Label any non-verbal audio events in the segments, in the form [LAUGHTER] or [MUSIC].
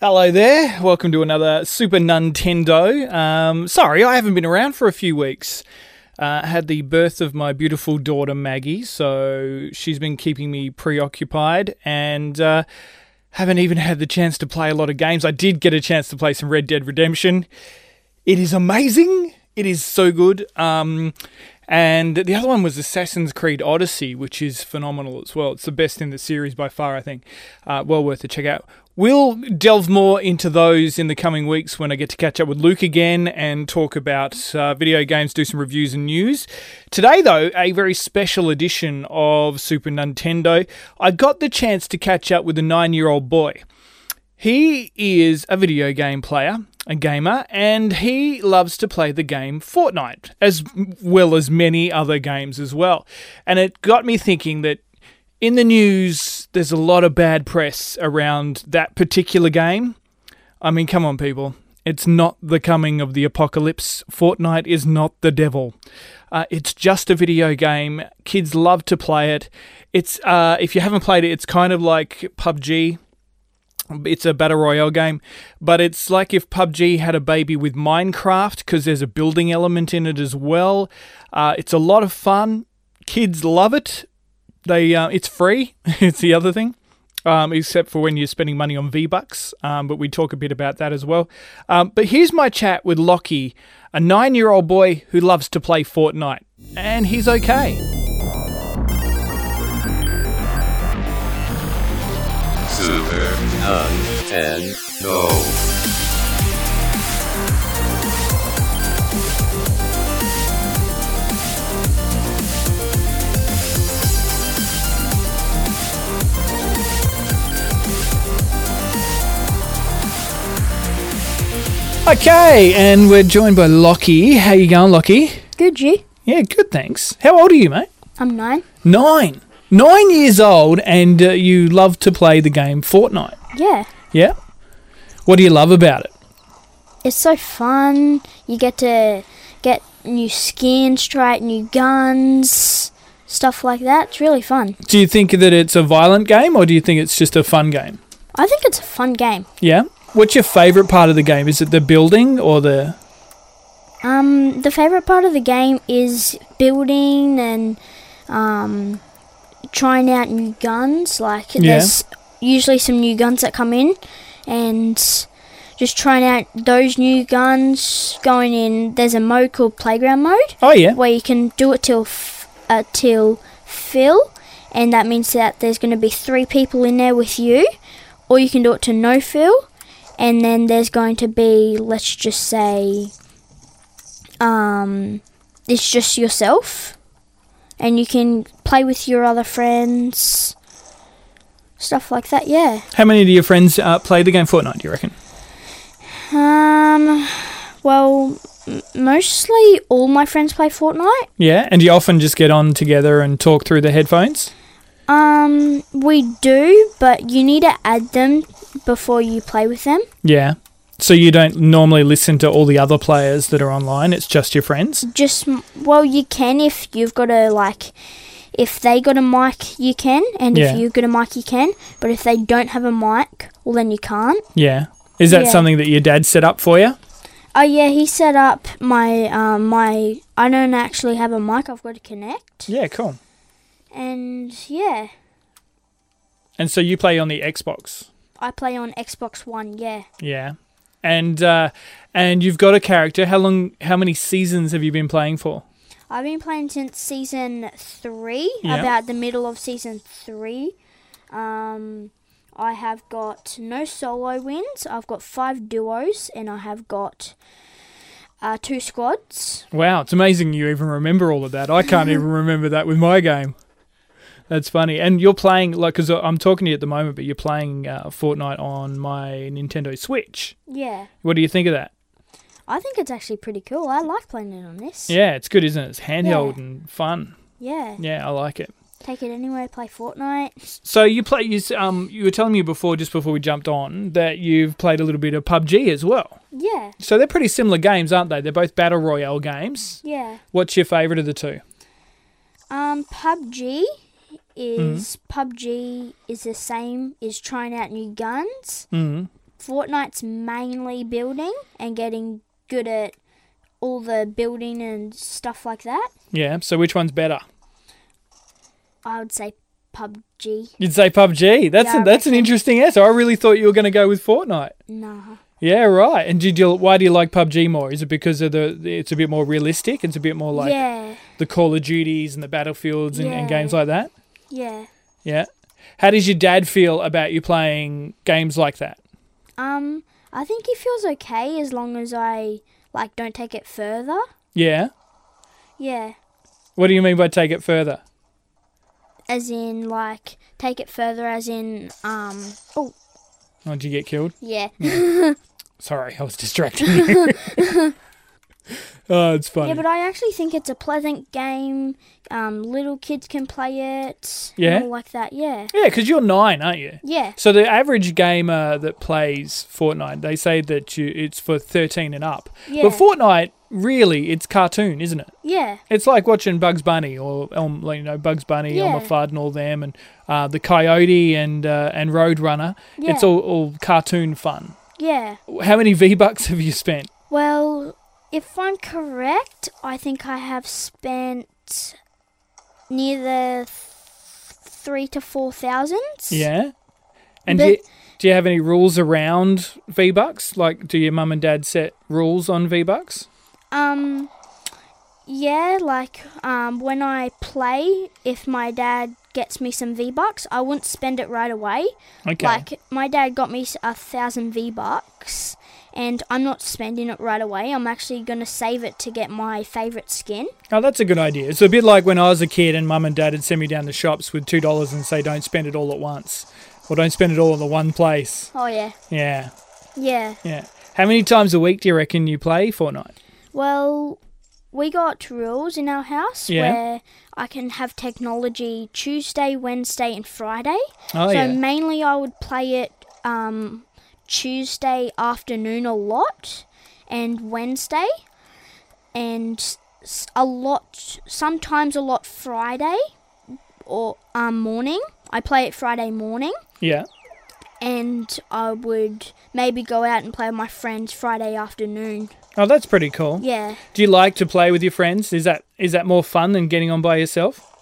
Hello there. Welcome to another Super Nintendo. Um, sorry, I haven't been around for a few weeks. Uh, I had the birth of my beautiful daughter Maggie, so she's been keeping me preoccupied and uh, haven't even had the chance to play a lot of games. I did get a chance to play some Red Dead Redemption. It is amazing. It is so good. Um, and the other one was Assassin's Creed Odyssey, which is phenomenal as well. It's the best in the series by far, I think. Uh, well worth a check out. We'll delve more into those in the coming weeks when I get to catch up with Luke again and talk about uh, video games, do some reviews and news. Today, though, a very special edition of Super Nintendo. I got the chance to catch up with a nine year old boy. He is a video game player, a gamer, and he loves to play the game Fortnite, as well as many other games as well. And it got me thinking that in the news, there's a lot of bad press around that particular game. I mean, come on, people. It's not the coming of the apocalypse. Fortnite is not the devil. Uh, it's just a video game. Kids love to play it. It's uh, if you haven't played it, it's kind of like PUBG it's a battle royale game, but it's like if PUBG had a baby with Minecraft because there's a building element in it as well. Uh, it's a lot of fun. Kids love it. They uh, it's free. [LAUGHS] it's the other thing, um, except for when you're spending money on V Bucks. Um, but we talk a bit about that as well. Um, but here's my chat with Lockie, a nine-year-old boy who loves to play Fortnite, and he's okay. Super Nintendo. Okay, and we're joined by Lockie. How you going, Lockie? Good, you? Yeah, good. Thanks. How old are you, mate? I'm nine. Nine. Nine years old, and uh, you love to play the game Fortnite. Yeah. Yeah. What do you love about it? It's so fun. You get to get new skins, try out new guns, stuff like that. It's really fun. Do you think that it's a violent game, or do you think it's just a fun game? I think it's a fun game. Yeah. What's your favourite part of the game? Is it the building or the? Um, the favorite part of the game is building and um, trying out new guns. Like Yeah. there's usually some new guns that come in, and just trying out those new guns. Going in, there's a mode called Playground Mode. Oh yeah. where you can do it till f- uh, till fill, and that means that there's going to be three people in there with you, or you can do it to no fill, and then there's going to be let's just say, um, it's just yourself, and you can play with your other friends, stuff like that. Yeah. How many of your friends uh, play the game Fortnite? Do you reckon? Um. Well, m- mostly all my friends play Fortnite. Yeah. And do you often just get on together and talk through the headphones? Um, we do, but you need to add them before you play with them. Yeah. So you don't normally listen to all the other players that are online. It's just your friends. Just m- well, you can if you've got a like, if they got a mic, you can, and Yeah. if you got a mic, you can. But if they don't have a mic, well, then you can't. Yeah. Is that Yeah. something that your dad set up for you? Oh yeah, he set up my um my. I don't actually have a mic. I've got to connect, Yeah. Cool. and yeah, And so you play on the Xbox. I play on Xbox One. Yeah, Yeah. And uh, and you've got a character. How long? How many seasons have you been playing for? I've been playing since season three, Yeah. about the middle of season three. Um, I have got no solo wins. I've got five duos, and I have got uh, two squads. Wow, it's amazing you even remember all of that. I can't even remember that with my game. That's funny. And you're playing like because I'm talking to you at the moment, but you're playing uh, Fortnite on my Nintendo Switch. Yeah, What do you think of that? I think it's actually pretty cool. I like playing it on this. Yeah, it's good, isn't it? It's handheld and fun. Yeah. Yeah, I like it. Take it anywhere. Play Fortnite. So you play you s- um you were telling me before just before we jumped on that you've played a little bit of PUBG as well. Yeah. So they're pretty similar games, aren't they? They're both battle royale games. Yeah. What's your favorite of the two? Um, PUBG Mm. is PUBG is the same. Is trying out new guns. Mm. Fortnite's mainly building and getting good at all the building and stuff like that. Yeah. So which one's better? I would say PUBG. You'd say PUBG. That's Yeah, I that's an reckon. interesting answer. I really thought you were going to go with Fortnite. Nah. Yeah, right. And did you? Why do you like PUBG more? Is it because of the? It's a bit more realistic. It's a bit more like yeah. the Call of Duties and the Battlefields and, and Yeah. games like that. Yeah. Yeah. How does your dad feel about you playing games like that? Um, I think he feels okay as long as I like don't take it further. Yeah. Yeah. What do you mean by take it further? As in like take it further as in um oh Oh, did you get killed? yeah. Sorry, I was [LAUGHS] distracting you. [LAUGHS] oh, it's funny. Yeah, but I actually think it's a pleasant game. Um, little kids can play it. and Yeah? all like that. Yeah. Yeah, because you're nine, aren't you? Yeah. So the average gamer that plays Fortnite, they say that you, it's for 13 and up. Yeah. But Fortnite, really, it's cartoon, isn't it? Yeah. It's like watching Bugs Bunny or Elm, you know, Bugs Bunny, Yeah. Elmer Fudd, and all them, and uh, the Coyote and uh, and Roadrunner. It's Yeah. all, all cartoon fun. Yeah. How many V bucks have you spent? Well, if I'm correct, I think I have spent near the th- three to four thousand. Yeah. And But- do, you, do you have any rules around V bucks? Like, do your mum and dad set rules on V bucks? Um, yeah, like um, when I play, if my dad gets me some V Bucks, I wouldn't spend it right away. Okay. Like my dad got me s- a thousand V Bucks, and I'm not spending it right away. I'm actually gonna save it to get my favorite skin. Oh, that's a good idea. It's a bit like when I was a kid and mum and dad would send me down the shops with two dollars and say, "Don't spend it all at once," or "Don't spend it all in the one place." Oh yeah, Yeah, yeah. yeah. How many times a week do you reckon you play Fortnite? Well, we got rules in our house Yeah. where I can have technology Tuesday, Wednesday, and Friday. Oh so yeah, mainly I would play it um, Tuesday afternoon a lot and Wednesday and s- a lot sometimes a lot Friday or um, morning. I play it Friday morning yeah. and I would maybe go out and play with my friends Friday afternoon. Oh, that's pretty cool. Yeah. Do you like to play with your friends? Is that is that more fun than getting on by yourself?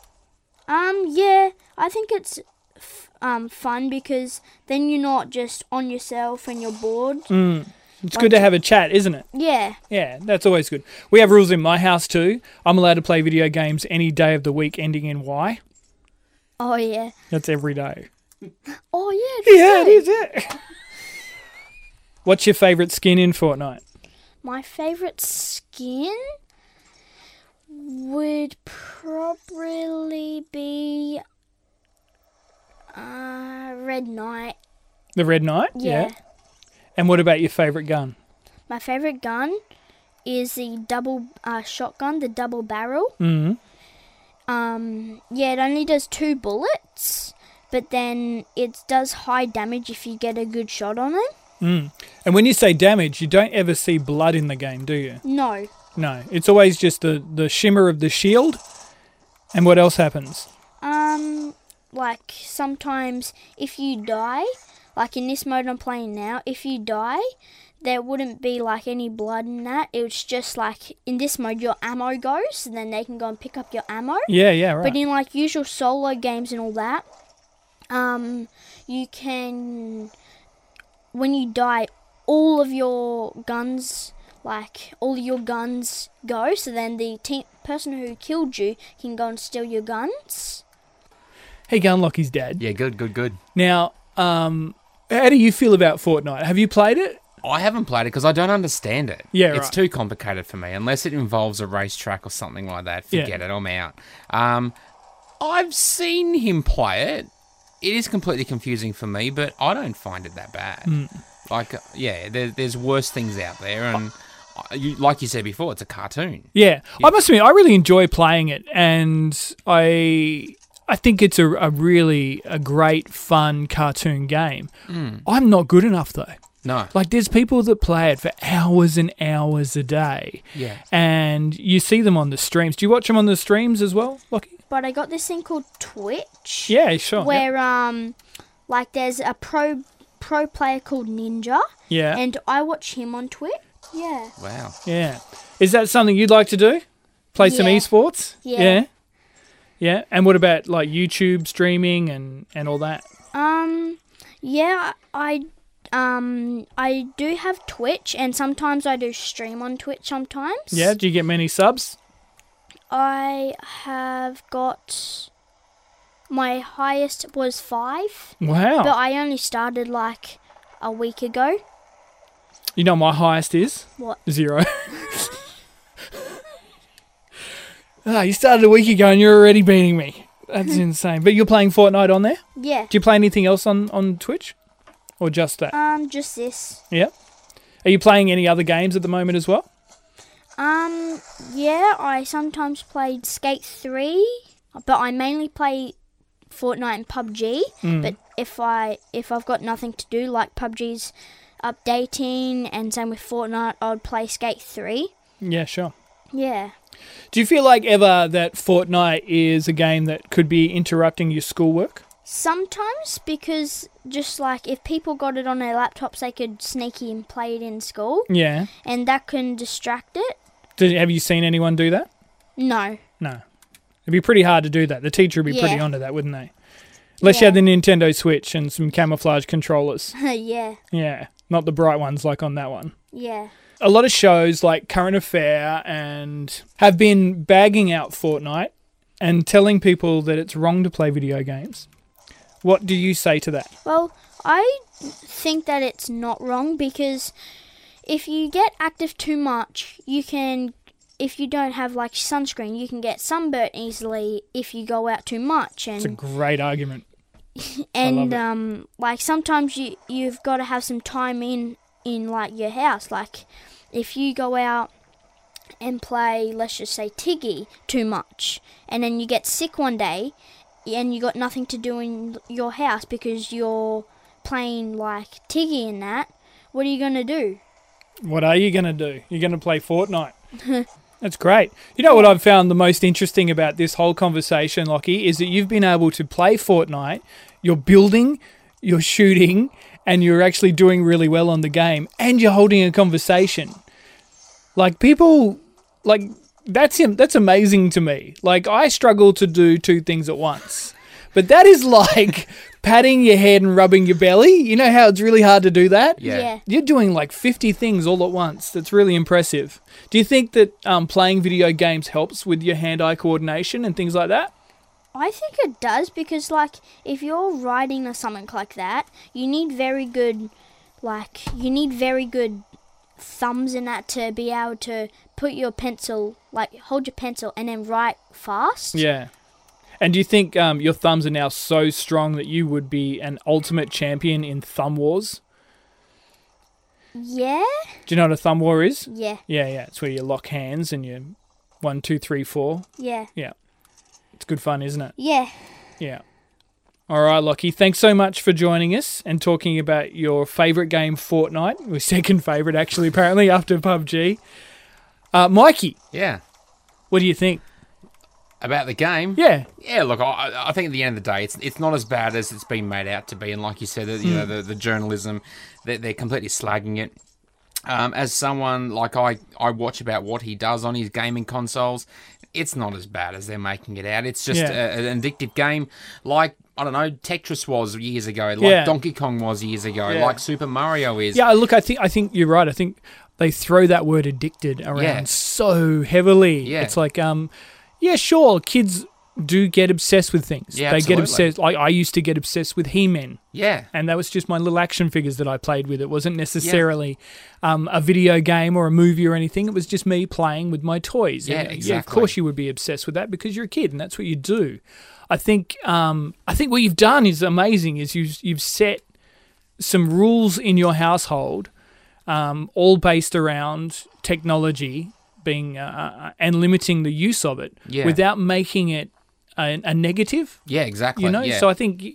Um, yeah, I think it's f- um, fun because then you're not just on yourself and you're bored. Mm. It's good to have a chat, isn't it? Yeah, Yeah, that's always good. We have rules in my house too. I'm allowed to play video games any day of the week ending in Y. oh yeah, That's every day. oh yeah, that's Yeah, it is it. [LAUGHS] What's your favourite skin in Fortnite? My favorite skin would probably be uh, Red Knight. The Red Knight? Yeah. And what about your favourite gun? my favorite gun is the double uh, shotgun, the double barrel. Mm-hmm. Um, yeah, it only does two bullets, but then it does high damage if you get a good shot on it. And when you say damage, you don't ever see blood in the game, do you? No. No. It's always just the, the shimmer of the shield. And what else happens? Um, like sometimes if you die, like in this mode I'm playing now, if you die, there wouldn't be like any blood in that. It was just like in this mode your ammo goes, and then they can go and pick up your ammo. Yeah, yeah, right. But in like usual solo games and all that, um, you can when you die, all of your guns, like all your guns, go. So then the te- person who killed you can go and steal your guns. hey, Gunlocky's dad. Yeah, good, good, good. Now, um, how do you feel about Fortnite? Have you played it? Oh, I haven't played it because I don't understand it. Yeah, it's right. too complicated for me. Unless it involves a racetrack or something like that, Yeah. forget it. I'm out. Um, I've seen him play it. It is completely confusing for me, but I don't find it that bad. Hmm. Like, uh, yeah, there, there's worse things out there, and I- you, like you said before, it's a cartoon. Yeah. I must admit, I really enjoy playing it, and I I think it's a, a really a great fun cartoon game. I'm not good enough though. No, Like there's people that play it for hours and hours a day. Yeah. And you see them on the streams. Do you watch them on the streams as well, Lockie? But I got this thing called Twitch, Yeah, sure. where um, like there's a pro pro player called Ninja, Yeah. and I watch him on Twitch. Yeah. Wow. yeah. Is that something you'd like to do? Play some Yeah. esports? Yeah. Yeah. Yeah. And what about like YouTube streaming and and all that? Um, yeah, I um I do have Twitch, and sometimes I do stream on Twitch. Sometimes. Yeah. Do you get many subs? I have got my highest was five, Wow. but I only started like a week ago. you know my highest is What? zero. [LAUGHS] ah, you started a week ago and you're already beating me. That's insane. But you're playing Fortnite on there. Yeah. Do you play anything else on on Twitch, or just that? Um, just this. yeah. Are you playing any other games at the moment as well? Um, yeah, I sometimes played Skate 3, but I mainly play Fortnite and PUBG. But if I if I've got nothing to do like PUBG's updating and same with Fortnite, I'd play Skate 3. Yeah, sure. Yeah. Do you feel like ever that Fortnite is a game that could be interrupting your schoolwork? Sometimes because just like if people got it on their laptops, they could sneaky and play it in school, Yeah. and that can distract it. Did, have you seen anyone do that? No. [LAUGHS] No. It'd be pretty hard to do that. The teacher would be pretty Yeah. onto that, wouldn't they? Unless you had the Nintendo Switch and some camouflage controllers. yeah. yeah. Not the bright ones like on that one. Yeah. a lot of shows like Current Affair and have been bagging out Fortnite and telling people that it's wrong to play video games. What do you say to that? Well, I think that it's not wrong because if you get active too much, you can, if you don't have like sunscreen, you can get sunburnt easily if you go out too much. It's a And great argument. and it. um, like sometimes you you've got to have some time in in like your house. Like if you go out and play, let's just say Tiggy too much, and then you get sick one day, and you got nothing to do in your house because you're playing like Tiggy and that. What are you gonna do? What are you going to do? You're going to play Fortnite. [LAUGHS] That's great. You know what I've found the most interesting about this whole conversation, Lockie, is that you've been able to play Fortnite, you're building, you're shooting, and you're actually doing really well on the game, and you're holding a conversation. Like people like that's him that's amazing to me. Like I struggle to do two things at once. But that is [LAUGHS] like patting your head and rubbing your belly. You know how it's really hard to do that? Yeah. Yeah. You're doing like 50 things all at once. That's really impressive. Do you think that um, playing video games helps with your hand eye coordination and things like that? I think it does because, like, if you're riding or something like that, you need very good, like, you need very good thumbs in that to be able to put your pencil, like, hold your pencil and then write fast. Yeah. And do you think um, your thumbs are now so strong that you would be an ultimate champion in thumb wars? Yeah. Do you know what a thumb war is? Yeah. Yeah, yeah. It's where you lock hands and you one, two, three, four. Yeah. Yeah. It's good fun, isn't it? Yeah. Yeah. All right, Lockie. Thanks so much for joining us and talking about your favourite game, Fortnite. Your second favourite, actually, apparently, after PUBG. Uh, Mikey, Yeah. what do you think? About the game. Yeah. Yeah, look, I, I think at the end of the day, it's it's not as bad as it's been made out to be, and like you said, you Hmm. know, the, the journalism, they're, they're completely slagging it. Um, as someone like I, I watch about what he does on his gaming consoles, it's not as bad as they're making it out. It's just Yeah. a, an addictive game, like I don't know, Tetris was years ago, like Yeah. Donkey Kong was years ago, Yeah. like Super Mario is. Yeah, look, I think I think you're right. I think they throw that word addicted around Yeah. so heavily. Yeah. It's like um yeah, sure, kids do get obsessed with things. Yeah, they absolutely. get obsessed like I used to get obsessed with He-Man. yeah. and that was just my little action figures that I played with. It wasn't necessarily um, a video game or a movie or anything. It was just me playing with my toys. Yeah, And, Of exactly. course, you would be obsessed with that because you're a kid and that's what you do. I think um, I think what you've done is amazing. Is you've you've set some rules in your household, um, all based around technology being uh, uh, and limiting the use of it Yeah. without making it a, a negative Yeah, exactly. you know yeah. so i think y-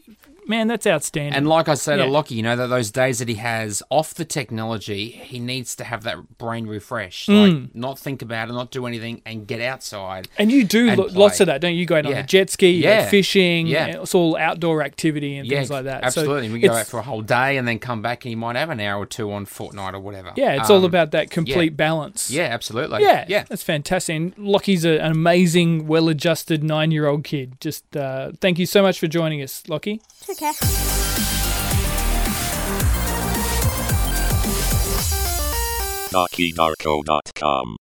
Man, that's outstanding. And like I said Yeah. to Lockie, you know, that those days that he has off the technology, he needs to have that brain Hmm. refresh. Like, not think about it, not do anything, and get outside. And you do and lo- lots play. of that, don't you? You go down on Yeah. a jet ski, you Yeah. go fishing, Yeah. and it's all outdoor activity and things like that. So Absolutely. we go it's- out for a whole day and then come back, and he might have an hour or two on Fortnite or whatever. Yeah, it's Um, all about that complete balance. Yeah, absolutely. Yeah, Yeah. that's fantastic. And Lockie's a, an amazing, well-adjusted nine-year-old kid. Just uh, thank you so much for joining us, Lockie. It's okay. DockyNarco.com.